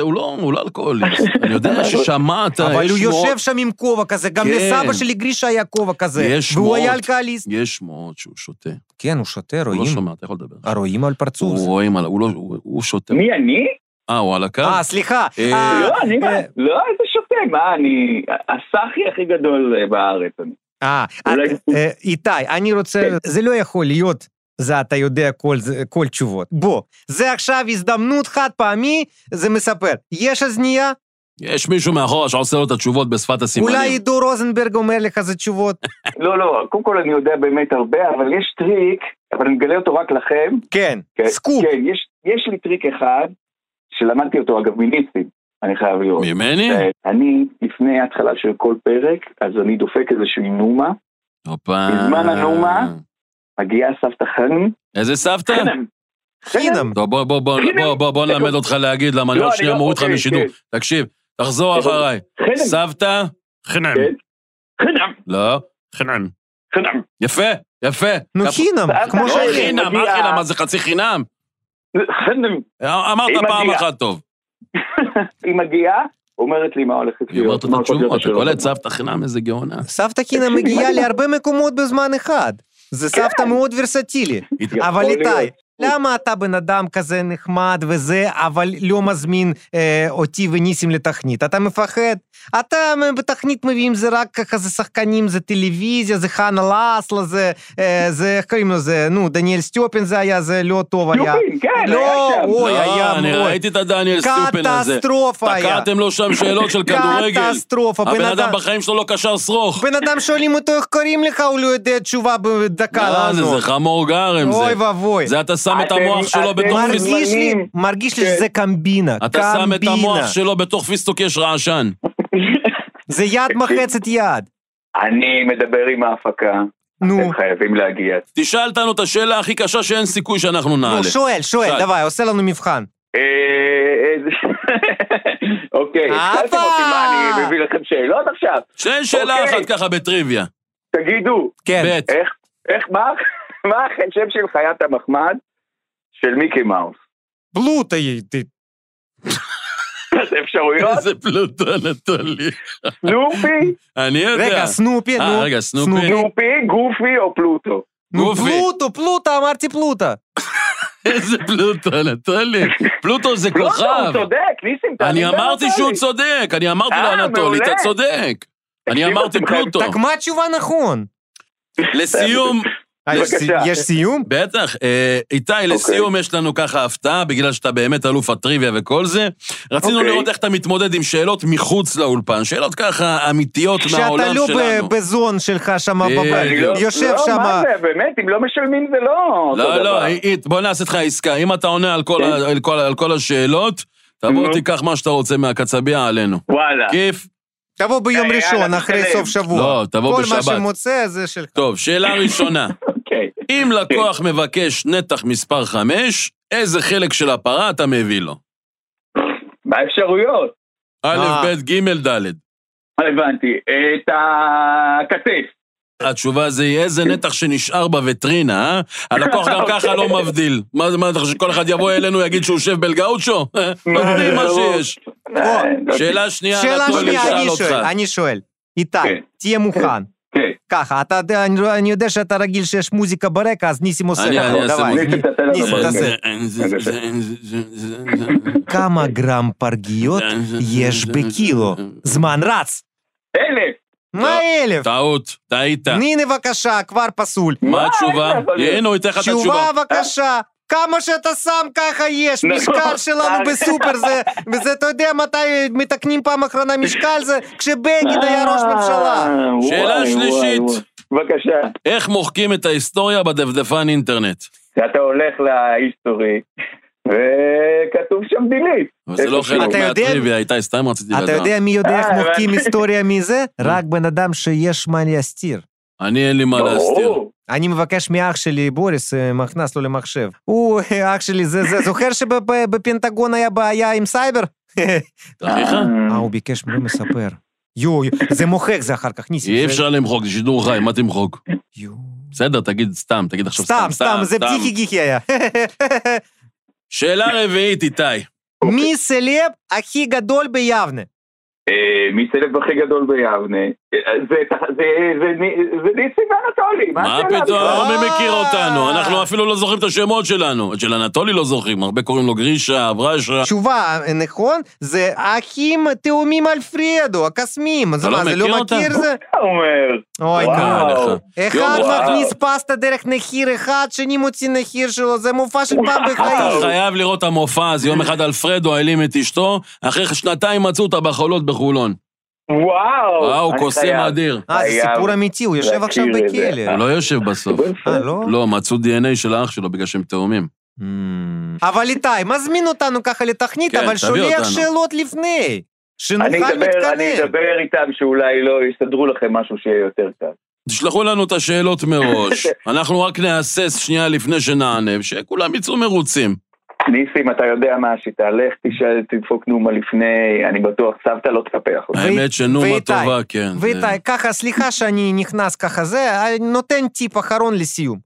[SPEAKER 3] הוא לא, הוא לא אלכוהוליסט. אני יודע ששמעת,
[SPEAKER 2] אבל
[SPEAKER 3] יש
[SPEAKER 2] הוא
[SPEAKER 3] שמועות-
[SPEAKER 2] יושב שם עם כובע כזה, גם
[SPEAKER 3] כן.
[SPEAKER 2] לסבא שלי גרישה היה כובע כזה,
[SPEAKER 3] יש
[SPEAKER 2] והוא
[SPEAKER 3] שמועות.
[SPEAKER 2] היה אלכוהוליסט.
[SPEAKER 3] יש שמועות שהוא שותה.
[SPEAKER 2] כן, הוא שותה,
[SPEAKER 3] הוא לא
[SPEAKER 2] רואים.
[SPEAKER 3] שומע, אתה יכול לדבר.
[SPEAKER 2] רואים על פרצוף.
[SPEAKER 3] הוא רואים עליו, הוא לא- הוא- הוא שותה.
[SPEAKER 5] מי אני?
[SPEAKER 3] אה, הוא על הקו?
[SPEAKER 2] אה, סליחה.
[SPEAKER 3] אה,
[SPEAKER 2] אה,
[SPEAKER 5] לא, אני מה,
[SPEAKER 2] אה,
[SPEAKER 5] לא, איזה שותק, מה, אני הסאחי הכי גדול אה, בארץ. אני.
[SPEAKER 2] אה,
[SPEAKER 5] אולי-
[SPEAKER 2] אה, אה, איתי, אני רוצה...
[SPEAKER 5] כן.
[SPEAKER 2] זה לא יכול להיות. זה אתה יודע כל, זה- כל תשובות. בוא, זה עכשיו הזדמנות חד פעמי, זה מספר. יש אוזנייה?
[SPEAKER 3] יש מישהו מאחורה שעושה לו את התשובות בשפת הסימנים.
[SPEAKER 2] אולי עידו רוזנברג אומר לך זה תשובות?
[SPEAKER 5] לא, לא, קודם כל אני יודע באמת הרבה, אבל יש טריק, אבל אני מגלה אותו רק לכם.
[SPEAKER 2] כן,
[SPEAKER 5] כן,
[SPEAKER 2] סקופ.
[SPEAKER 5] כן, יש, יש לי טריק אחד, שלמדתי אותו אגב מניסים, אני חייב לראות.
[SPEAKER 3] ממני?
[SPEAKER 5] אה, אני, לפני ההתחלה של כל פרק, אז אני דופק איזושהי נומה,
[SPEAKER 3] הופה.
[SPEAKER 5] בזמן הנאומה. אה, מגיעה סבתא חני,
[SPEAKER 3] איזה סבתא?
[SPEAKER 5] חנם.
[SPEAKER 2] חינם.
[SPEAKER 3] טוב, בוא, בוא, בוא,
[SPEAKER 5] הנה.
[SPEAKER 3] בוא, בוא, בוא נלמד אותך להגיד, למה אני
[SPEAKER 5] לא,
[SPEAKER 3] עוד
[SPEAKER 5] אני
[SPEAKER 3] שנייה
[SPEAKER 5] לא-
[SPEAKER 3] מוריד אותך
[SPEAKER 5] אוקיי,
[SPEAKER 3] משידור. תקשיב, תחזור אחריי.
[SPEAKER 5] חנם,
[SPEAKER 3] סבתא? חנם.
[SPEAKER 5] כן. חנם,
[SPEAKER 3] לא? חנם.
[SPEAKER 5] חנם.
[SPEAKER 3] יפה, יפה.
[SPEAKER 2] נו,
[SPEAKER 3] כפ-
[SPEAKER 2] חינם,
[SPEAKER 5] אתה-
[SPEAKER 2] כמו
[SPEAKER 5] אתה-
[SPEAKER 3] לא
[SPEAKER 5] שלי.
[SPEAKER 2] שאני.
[SPEAKER 3] חינם, מה
[SPEAKER 5] מגיע-
[SPEAKER 3] חינם? מה זה חצי חינם?
[SPEAKER 5] חנם. היא
[SPEAKER 3] אמרת פעם
[SPEAKER 5] מגיעה.
[SPEAKER 3] אחת טוב.
[SPEAKER 5] היא מגיעה, אומרת לי מה הולכת
[SPEAKER 3] היא אומרת
[SPEAKER 5] להיות. מה
[SPEAKER 3] אותה
[SPEAKER 5] הולכות להיות
[SPEAKER 3] תשובות, אתה קולט
[SPEAKER 5] השאלות.
[SPEAKER 3] סבתא חינם, איזה גאונה.
[SPEAKER 2] סבתא חינם
[SPEAKER 5] תקשיב,
[SPEAKER 2] מגיעה
[SPEAKER 5] מה זה?
[SPEAKER 2] להרבה מקומות בזמן אחד. זה סבתא מאוד ורסטילי.
[SPEAKER 3] היא-
[SPEAKER 2] אבל
[SPEAKER 5] יכול
[SPEAKER 2] איתי,
[SPEAKER 5] להיות.
[SPEAKER 2] למה אתה בן אדם כזה נחמד וזה, אבל לא מזמין אה, אותי וניסים לתכנית? אתה מפחד? אתה מ- בתכנית מביאים זה רק ככה, זה שחקנים, זה טלוויזיה, זה חנה לסלה, זה, אה, זה, איך קוראים לו, זה, נו, דניאל סטיופין זה היה, זה לא טוב היה.
[SPEAKER 5] יופין, כן,
[SPEAKER 2] לא,
[SPEAKER 5] היה שם.
[SPEAKER 2] אוי,
[SPEAKER 3] לא,
[SPEAKER 2] היה
[SPEAKER 3] אני
[SPEAKER 2] מאוד.
[SPEAKER 3] ראיתי את הדניאל סטיופן הזה.
[SPEAKER 2] קטסטרופה היה.
[SPEAKER 3] תקעתם לו שם שאלות של כדורגל.
[SPEAKER 2] קטסטרופה, בן
[SPEAKER 3] הבן אדם
[SPEAKER 2] אדם...
[SPEAKER 3] בחיים שלו לא קשר שרוך.
[SPEAKER 2] בן אדם שואלים אותו איך קוראים לך, הוא לא יודע תשובה בדקה
[SPEAKER 3] מה זה,
[SPEAKER 2] לענות.
[SPEAKER 3] זה חמור גרם זה.
[SPEAKER 2] אוי ואבוי.
[SPEAKER 3] זה אתה שם את
[SPEAKER 5] אתם-
[SPEAKER 3] המוח שלו
[SPEAKER 5] אתם
[SPEAKER 3] בתוך
[SPEAKER 5] מרגיזים.
[SPEAKER 3] פיסטוק.
[SPEAKER 2] מרגיש לי,
[SPEAKER 5] זמנים.
[SPEAKER 2] מרגיש לי
[SPEAKER 5] כן.
[SPEAKER 2] שזה קמבינה,
[SPEAKER 3] אתה שם את
[SPEAKER 2] קמבינה.
[SPEAKER 3] המוח שלו בתוך פיסטוק יש רעשן.
[SPEAKER 2] זה יד מחצת יד.
[SPEAKER 5] אני מדבר עם ההפקה,
[SPEAKER 2] נו,
[SPEAKER 5] הם חייבים להגיע.
[SPEAKER 3] תשאל אותנו את השאלה הכי קשה שאין סיכוי שאנחנו
[SPEAKER 2] נו,
[SPEAKER 3] נעלה.
[SPEAKER 2] שואל, שואל,
[SPEAKER 3] שאל.
[SPEAKER 2] דווי, עושה לנו מבחן.
[SPEAKER 5] אה, איזה- אוקיי,
[SPEAKER 2] הפה!
[SPEAKER 5] התחלתם אותי, מה, אני מביא לכם שאלות עכשיו?
[SPEAKER 3] שאין שאלה
[SPEAKER 5] אוקיי.
[SPEAKER 3] אחת ככה בטריוויה.
[SPEAKER 5] תגידו,
[SPEAKER 2] כן.
[SPEAKER 3] ב',
[SPEAKER 5] איך, איך, מה, מה השם של חיית המחמד של מיקי מאוס?
[SPEAKER 2] בלוטה היא, ת-
[SPEAKER 5] אז אפשרויות?
[SPEAKER 3] איזה פלוטו נטולי.
[SPEAKER 5] סנופי,
[SPEAKER 3] אני יודע.
[SPEAKER 2] רגע, סנופי,
[SPEAKER 3] אה,
[SPEAKER 2] נו.
[SPEAKER 3] רגע, סנופי.
[SPEAKER 2] Ну,
[SPEAKER 5] סנופי, גופי או פלוטו?
[SPEAKER 2] נו,
[SPEAKER 3] גופי.
[SPEAKER 2] פלוטו, פלוטה, אמרתי פלוטה.
[SPEAKER 3] איזה פלוטו נטולי. פלוטו זה
[SPEAKER 5] לא,
[SPEAKER 3] כוכב.
[SPEAKER 5] הוא צודק, ניסים, תאמין
[SPEAKER 3] אני
[SPEAKER 5] לי,
[SPEAKER 3] אמרתי
[SPEAKER 5] אתה
[SPEAKER 3] שהוא
[SPEAKER 5] לי.
[SPEAKER 3] צודק, אני אמרתי
[SPEAKER 5] אה,
[SPEAKER 3] לאנטולי, אתה
[SPEAKER 5] מעולה.
[SPEAKER 3] צודק. אני
[SPEAKER 5] תקשיב,
[SPEAKER 3] אמרתי
[SPEAKER 5] אתם חייבים-
[SPEAKER 3] פלוטו.
[SPEAKER 2] רק מה התשובה נכון?
[SPEAKER 3] לסיום,
[SPEAKER 2] אה, יש סי-
[SPEAKER 5] בבקשה.
[SPEAKER 2] יש סיום?
[SPEAKER 3] בטח, אה, איתי,
[SPEAKER 2] אוקיי.
[SPEAKER 3] לסיום יש לנו ככה הפתעה, בגלל שאתה באמת אלוף הטריוויה וכל זה. רצינו
[SPEAKER 5] אוקיי.
[SPEAKER 3] לראות איך אתה מתמודד עם שאלות מחוץ לאולפן, שאלות ככה אמיתיות
[SPEAKER 2] כשאתה
[SPEAKER 3] מהעולם
[SPEAKER 2] לא
[SPEAKER 3] שלנו.
[SPEAKER 2] ב- בזון שלך שם
[SPEAKER 3] בדיוק.
[SPEAKER 5] אני
[SPEAKER 2] בבית,
[SPEAKER 5] לא-
[SPEAKER 2] יושב
[SPEAKER 5] לא,
[SPEAKER 2] שם,
[SPEAKER 5] מה זה, באמת, אם לא משלמים זה לא אותו דבר.
[SPEAKER 3] לא, לא, אית, בוא נעשה איתך עסקה. אם אתה עונה על כל ה-
[SPEAKER 2] אוקיי.
[SPEAKER 3] על כל ה- על כל השאלות, תבוא
[SPEAKER 5] נו.
[SPEAKER 3] תיקח מה שאתה רוצה מהקצבייה עלינו.
[SPEAKER 5] וואלה.
[SPEAKER 3] כיף.
[SPEAKER 2] תבוא ביום
[SPEAKER 5] יאללה,
[SPEAKER 2] ראשון, אחרי
[SPEAKER 5] תתקדם.
[SPEAKER 2] סוף שבוע.
[SPEAKER 3] לא, תבוא
[SPEAKER 2] כל מה
[SPEAKER 3] בשבת.
[SPEAKER 2] שמוצא זה שלך.
[SPEAKER 3] טוב, שאלה ראשונה.
[SPEAKER 5] אוקיי.
[SPEAKER 3] אם לקוח מבקש נתח מספר 5, איזה חלק של הפרה אתה מביא לו?
[SPEAKER 5] מה האפשרויות?
[SPEAKER 3] א',
[SPEAKER 2] אה.
[SPEAKER 3] ב', ג', ד'.
[SPEAKER 5] אה, הבנתי. את הכתף.
[SPEAKER 3] התשובה זה יהיה
[SPEAKER 5] כן.
[SPEAKER 3] איזה נתח שנשאר בווטרינה, אה? הלקוח גם ככה
[SPEAKER 5] אוקיי.
[SPEAKER 3] לא מבדיל. מה זה, מה אתה חושב שכל אחד יבוא אלינו ויגיד שהוא יושב בלגאוצ'ו? נותנים מה שיש.
[SPEAKER 5] אה,
[SPEAKER 2] נכון.
[SPEAKER 5] לא-
[SPEAKER 3] שאלה שנייה,
[SPEAKER 2] שאלה
[SPEAKER 3] נתון
[SPEAKER 2] שנייה,
[SPEAKER 3] לשאל
[SPEAKER 2] אני
[SPEAKER 3] אותך.
[SPEAKER 2] שואל, אני שואל. איתי,
[SPEAKER 5] כן.
[SPEAKER 2] תהיה מוכן.
[SPEAKER 5] כן.
[SPEAKER 2] ככה, אתה, יודע- אני, אני יודע שאתה רגיל שיש מוזיקה ברקע, אז ניסים
[SPEAKER 5] А,
[SPEAKER 2] עושה
[SPEAKER 3] אני- אני
[SPEAKER 2] לך,
[SPEAKER 3] אעשה
[SPEAKER 2] דווי.
[SPEAKER 5] נכון, ניסים, תעשה לנו
[SPEAKER 2] ניסים,
[SPEAKER 5] ברקע.
[SPEAKER 2] תעשה.
[SPEAKER 5] אוקיי.
[SPEAKER 2] כמה גרם פרגיות יש בקילו? זמן רץ.
[SPEAKER 5] אלף.
[SPEAKER 2] מה אלף?
[SPEAKER 3] טעות, טעית.
[SPEAKER 2] הנה בבקשה, כבר פסול.
[SPEAKER 3] מה
[SPEAKER 5] מה,
[SPEAKER 3] התשובה?
[SPEAKER 5] איך זה יכול להיות?
[SPEAKER 3] הנה, הוא ייתן לך את התשובה.
[SPEAKER 2] תשובה בבקשה. כמה שאתה שם ככה יש,
[SPEAKER 5] נכון.
[SPEAKER 2] משקל שלנו בסופר זה, וזה אתה יודע מתי מתקנים פעם אחרונה משקל זה כשבגין היה ראש ממשלה.
[SPEAKER 5] אה, וואי,
[SPEAKER 3] שאלה
[SPEAKER 5] וואי,
[SPEAKER 3] שלישית.
[SPEAKER 5] וואי. בבקשה.
[SPEAKER 3] איך מוחקים את ההיסטוריה בדפדפן אינטרנט?
[SPEAKER 5] אתה הולך להיסטורי, וכתוב שם דילית.
[SPEAKER 3] אבל זה לא
[SPEAKER 5] איפשהו.
[SPEAKER 3] חלק
[SPEAKER 2] אתה יודע-
[SPEAKER 3] מהטריוויה, איתי, סתם רציתי
[SPEAKER 2] אתה
[SPEAKER 3] לדעת.
[SPEAKER 2] יודע מי יודע איך
[SPEAKER 5] אה,
[SPEAKER 2] מוחקים
[SPEAKER 5] הבנתי.
[SPEAKER 2] היסטוריה מזה? רק בן אדם שיש מה להסתיר.
[SPEAKER 3] אני אין לי מה להסתיר.
[SPEAKER 5] ברור.
[SPEAKER 2] אני מבקש מאח שלי בוריס, אה, מכנס לו למחשב. הוא, אח שלי, זה זה, זוכר שבפנטגון היה בעיה עם סייבר?
[SPEAKER 3] תכריך?
[SPEAKER 2] אה, הוא ביקש ממנו לספר. יואו, יואו, זה מוחק זה אחר כך,
[SPEAKER 5] אה.
[SPEAKER 2] ניסים.
[SPEAKER 3] אי
[SPEAKER 2] זה-
[SPEAKER 3] אפשר למחוק, זה שידור חי, מה תמחוק?
[SPEAKER 2] יואו.
[SPEAKER 3] בסדר, תגיד סתם, תגיד עכשיו סתם.
[SPEAKER 2] סתם, סתם, זה בדיחי גיחי היה.
[SPEAKER 3] שאלה רביעית, איתי.
[SPEAKER 2] מי סלב הכי גדול ביבנה?
[SPEAKER 5] אה, מי סלב הכי גדול ביבנה? זה, זה, זה, זה ניסים ואנטולי.
[SPEAKER 3] מה
[SPEAKER 5] השאלה
[SPEAKER 3] פתאום?
[SPEAKER 5] בכלל?
[SPEAKER 3] מי מכיר
[SPEAKER 2] אה.
[SPEAKER 3] אותנו? אנחנו אפילו לא זוכרים את השמות שלנו. את של אנטולי לא זוכרים, הרבה קוראים לו גרישה, אברשה.
[SPEAKER 2] תשובה, נכון? זה אחים תאומים אלפרדו, הקסמים. אז
[SPEAKER 3] אתה
[SPEAKER 2] מה,
[SPEAKER 3] לא
[SPEAKER 2] זה לא
[SPEAKER 3] מכיר אותם?
[SPEAKER 2] מכיר זה?
[SPEAKER 5] אתה אומר.
[SPEAKER 2] אוי,
[SPEAKER 5] וואו.
[SPEAKER 3] קרה לך.
[SPEAKER 2] אחד
[SPEAKER 3] יואו,
[SPEAKER 2] מכניס פסטה דרך נחיר אחד, שני מוציא נחיר שלו, זה מופע של פעם
[SPEAKER 3] אתה
[SPEAKER 2] בחיים.
[SPEAKER 3] חייב לראות את המופע הזה. יום אחד אלפרדו העלים את אשתו, אחרי שנתיים מצאו אותה בחולות בחולון.
[SPEAKER 5] וואו.
[SPEAKER 3] וואו,
[SPEAKER 5] אני
[SPEAKER 3] אה, קוסם
[SPEAKER 5] חייב.
[SPEAKER 3] אדיר.
[SPEAKER 2] אה, זה
[SPEAKER 5] חייב
[SPEAKER 2] סיפור אמיתי, הוא יושב
[SPEAKER 5] להכיר
[SPEAKER 2] עכשיו
[SPEAKER 5] את זה.
[SPEAKER 2] בכלא.
[SPEAKER 3] הוא לא יושב בסוף.
[SPEAKER 2] אה, לא?
[SPEAKER 3] לא, מצאו דנ"א של האח שלו בגלל שהם תאומים.
[SPEAKER 2] אבל איתי, מזמין אותנו ככה לתכנית,
[SPEAKER 3] כן,
[SPEAKER 2] אבל
[SPEAKER 3] תביא
[SPEAKER 2] שולח
[SPEAKER 3] אותנו.
[SPEAKER 2] שאלות לפני,
[SPEAKER 5] אני
[SPEAKER 2] שנוכל
[SPEAKER 5] אדבר, אני
[SPEAKER 2] להתכנן.
[SPEAKER 5] אדבר איתם שאולי לא יסדרו לכם משהו שיהיה יותר קל.
[SPEAKER 3] תשלחו לנו את השאלות מראש, אנחנו רק נהסס שנייה לפני שנענה, שכולם יצאו מרוצים.
[SPEAKER 5] ניסים, אתה יודע מה השיטה, לך תשאל, תדפוק נומה לפני, אני בטוח, סבתא לא תקפח אותך.
[SPEAKER 3] האמת שנומה
[SPEAKER 2] ואיתי,
[SPEAKER 3] טובה, כן.
[SPEAKER 2] ואיתי, ככה, סליחה שאני נכנס ככה זה, אני נותן טיפ אחרון לסיום.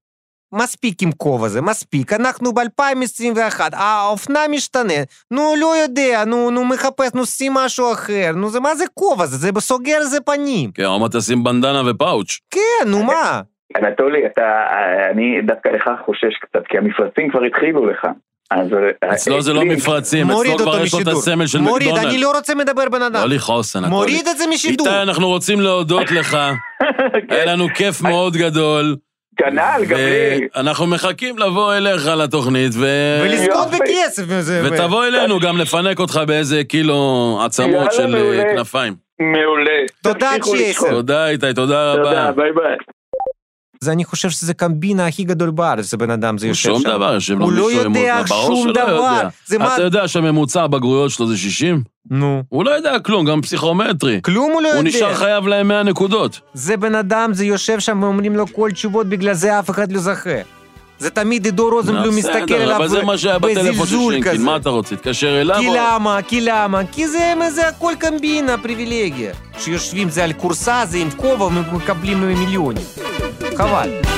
[SPEAKER 2] מספיק עם כובע הזה, מספיק. אנחנו ב-2021, האופנה משתנה. נו, לא יודע, נו, נו, מחפש, נו, שים משהו אחר. נו, זה מה זה כובע הזה? זה סוגר זה פנים.
[SPEAKER 3] כן, עוד מעט תשים בנדנה ופאוץ'.
[SPEAKER 2] כן, נו, מה?
[SPEAKER 5] אנטולי, אתה, אני דווקא לך חושש קצת, כי המפרצים כבר התחילו לך. אז... אה,
[SPEAKER 3] אצלו זה לא
[SPEAKER 5] אצלי-
[SPEAKER 3] מפרצים,
[SPEAKER 2] אה, מוריד
[SPEAKER 3] אצלו כבר
[SPEAKER 2] אותו
[SPEAKER 3] יש לו את
[SPEAKER 2] משידור.
[SPEAKER 3] הסמל של
[SPEAKER 2] מוריד, אני
[SPEAKER 3] מקדונלד.
[SPEAKER 2] לא רוצה מדבר בן
[SPEAKER 3] לא
[SPEAKER 2] אדם.
[SPEAKER 3] לכעוס, אנטולי.
[SPEAKER 2] מוריד את זה משידור. אה,
[SPEAKER 3] איתי, אנחנו רוצים להודות לך,
[SPEAKER 5] כן.
[SPEAKER 3] היה לנו כיף מאוד גדול.
[SPEAKER 2] אה,
[SPEAKER 5] כנ"ל, גם לי.
[SPEAKER 3] ואנחנו מחכים לבוא אליך לתוכנית, ו...
[SPEAKER 2] ולזכות
[SPEAKER 5] יופי.
[SPEAKER 2] בכסף. וזה-
[SPEAKER 3] ותבוא אלינו גם לפנק אותך באיזה קילו עצמות
[SPEAKER 5] יאללה,
[SPEAKER 3] של אה,
[SPEAKER 5] מעולה.
[SPEAKER 3] כנפיים.
[SPEAKER 5] מעולה.
[SPEAKER 2] תודה,
[SPEAKER 5] תמשיכו
[SPEAKER 2] צ'ייסר.
[SPEAKER 5] לצחוק.
[SPEAKER 3] תודה, איתי, תודה רבה.
[SPEAKER 5] תודה, ביי ביי.
[SPEAKER 2] זה, אני חושב שזה קומבינה הכי גדול בארץ, הבן אדם זה יושב
[SPEAKER 3] שום
[SPEAKER 2] שם.
[SPEAKER 3] דבר, יושב לו
[SPEAKER 2] הוא לא
[SPEAKER 3] מישהו עם
[SPEAKER 2] יודע
[SPEAKER 3] אוזן, ברור
[SPEAKER 2] שום
[SPEAKER 3] שלא לא יודע.
[SPEAKER 2] דבר. זה מה...
[SPEAKER 3] אתה יודע שהממוצע הבגרויות שלו זה 60?
[SPEAKER 2] נו.
[SPEAKER 3] הוא לא יודע כלום, גם פסיכומטרי.
[SPEAKER 2] כלום הוא לא
[SPEAKER 3] הוא
[SPEAKER 2] יודע.
[SPEAKER 3] נשאר חייב להם 100 נקודות.
[SPEAKER 2] זה בן אדם, זה יושב שם ואומרים לו כל תשובות, בגלל זה אף אחד לא זכה. זה תמיד עידו
[SPEAKER 3] אה, בסדר,
[SPEAKER 2] רוזנבלום מסתכל עליו
[SPEAKER 3] אבל זה מה שהיה בטלפון של
[SPEAKER 2] בזלזול
[SPEAKER 3] שינקין,
[SPEAKER 2] כזה.
[SPEAKER 3] מה אתה רוצה? תתקשר אליו?
[SPEAKER 2] כי
[SPEAKER 3] או-
[SPEAKER 2] למה? כי למה? כי זה, זה הכל קומבינה, פריבילגיה. שיושבים זה על קורסה, זה עם כובע, ומקבלים מיליונים. חבל.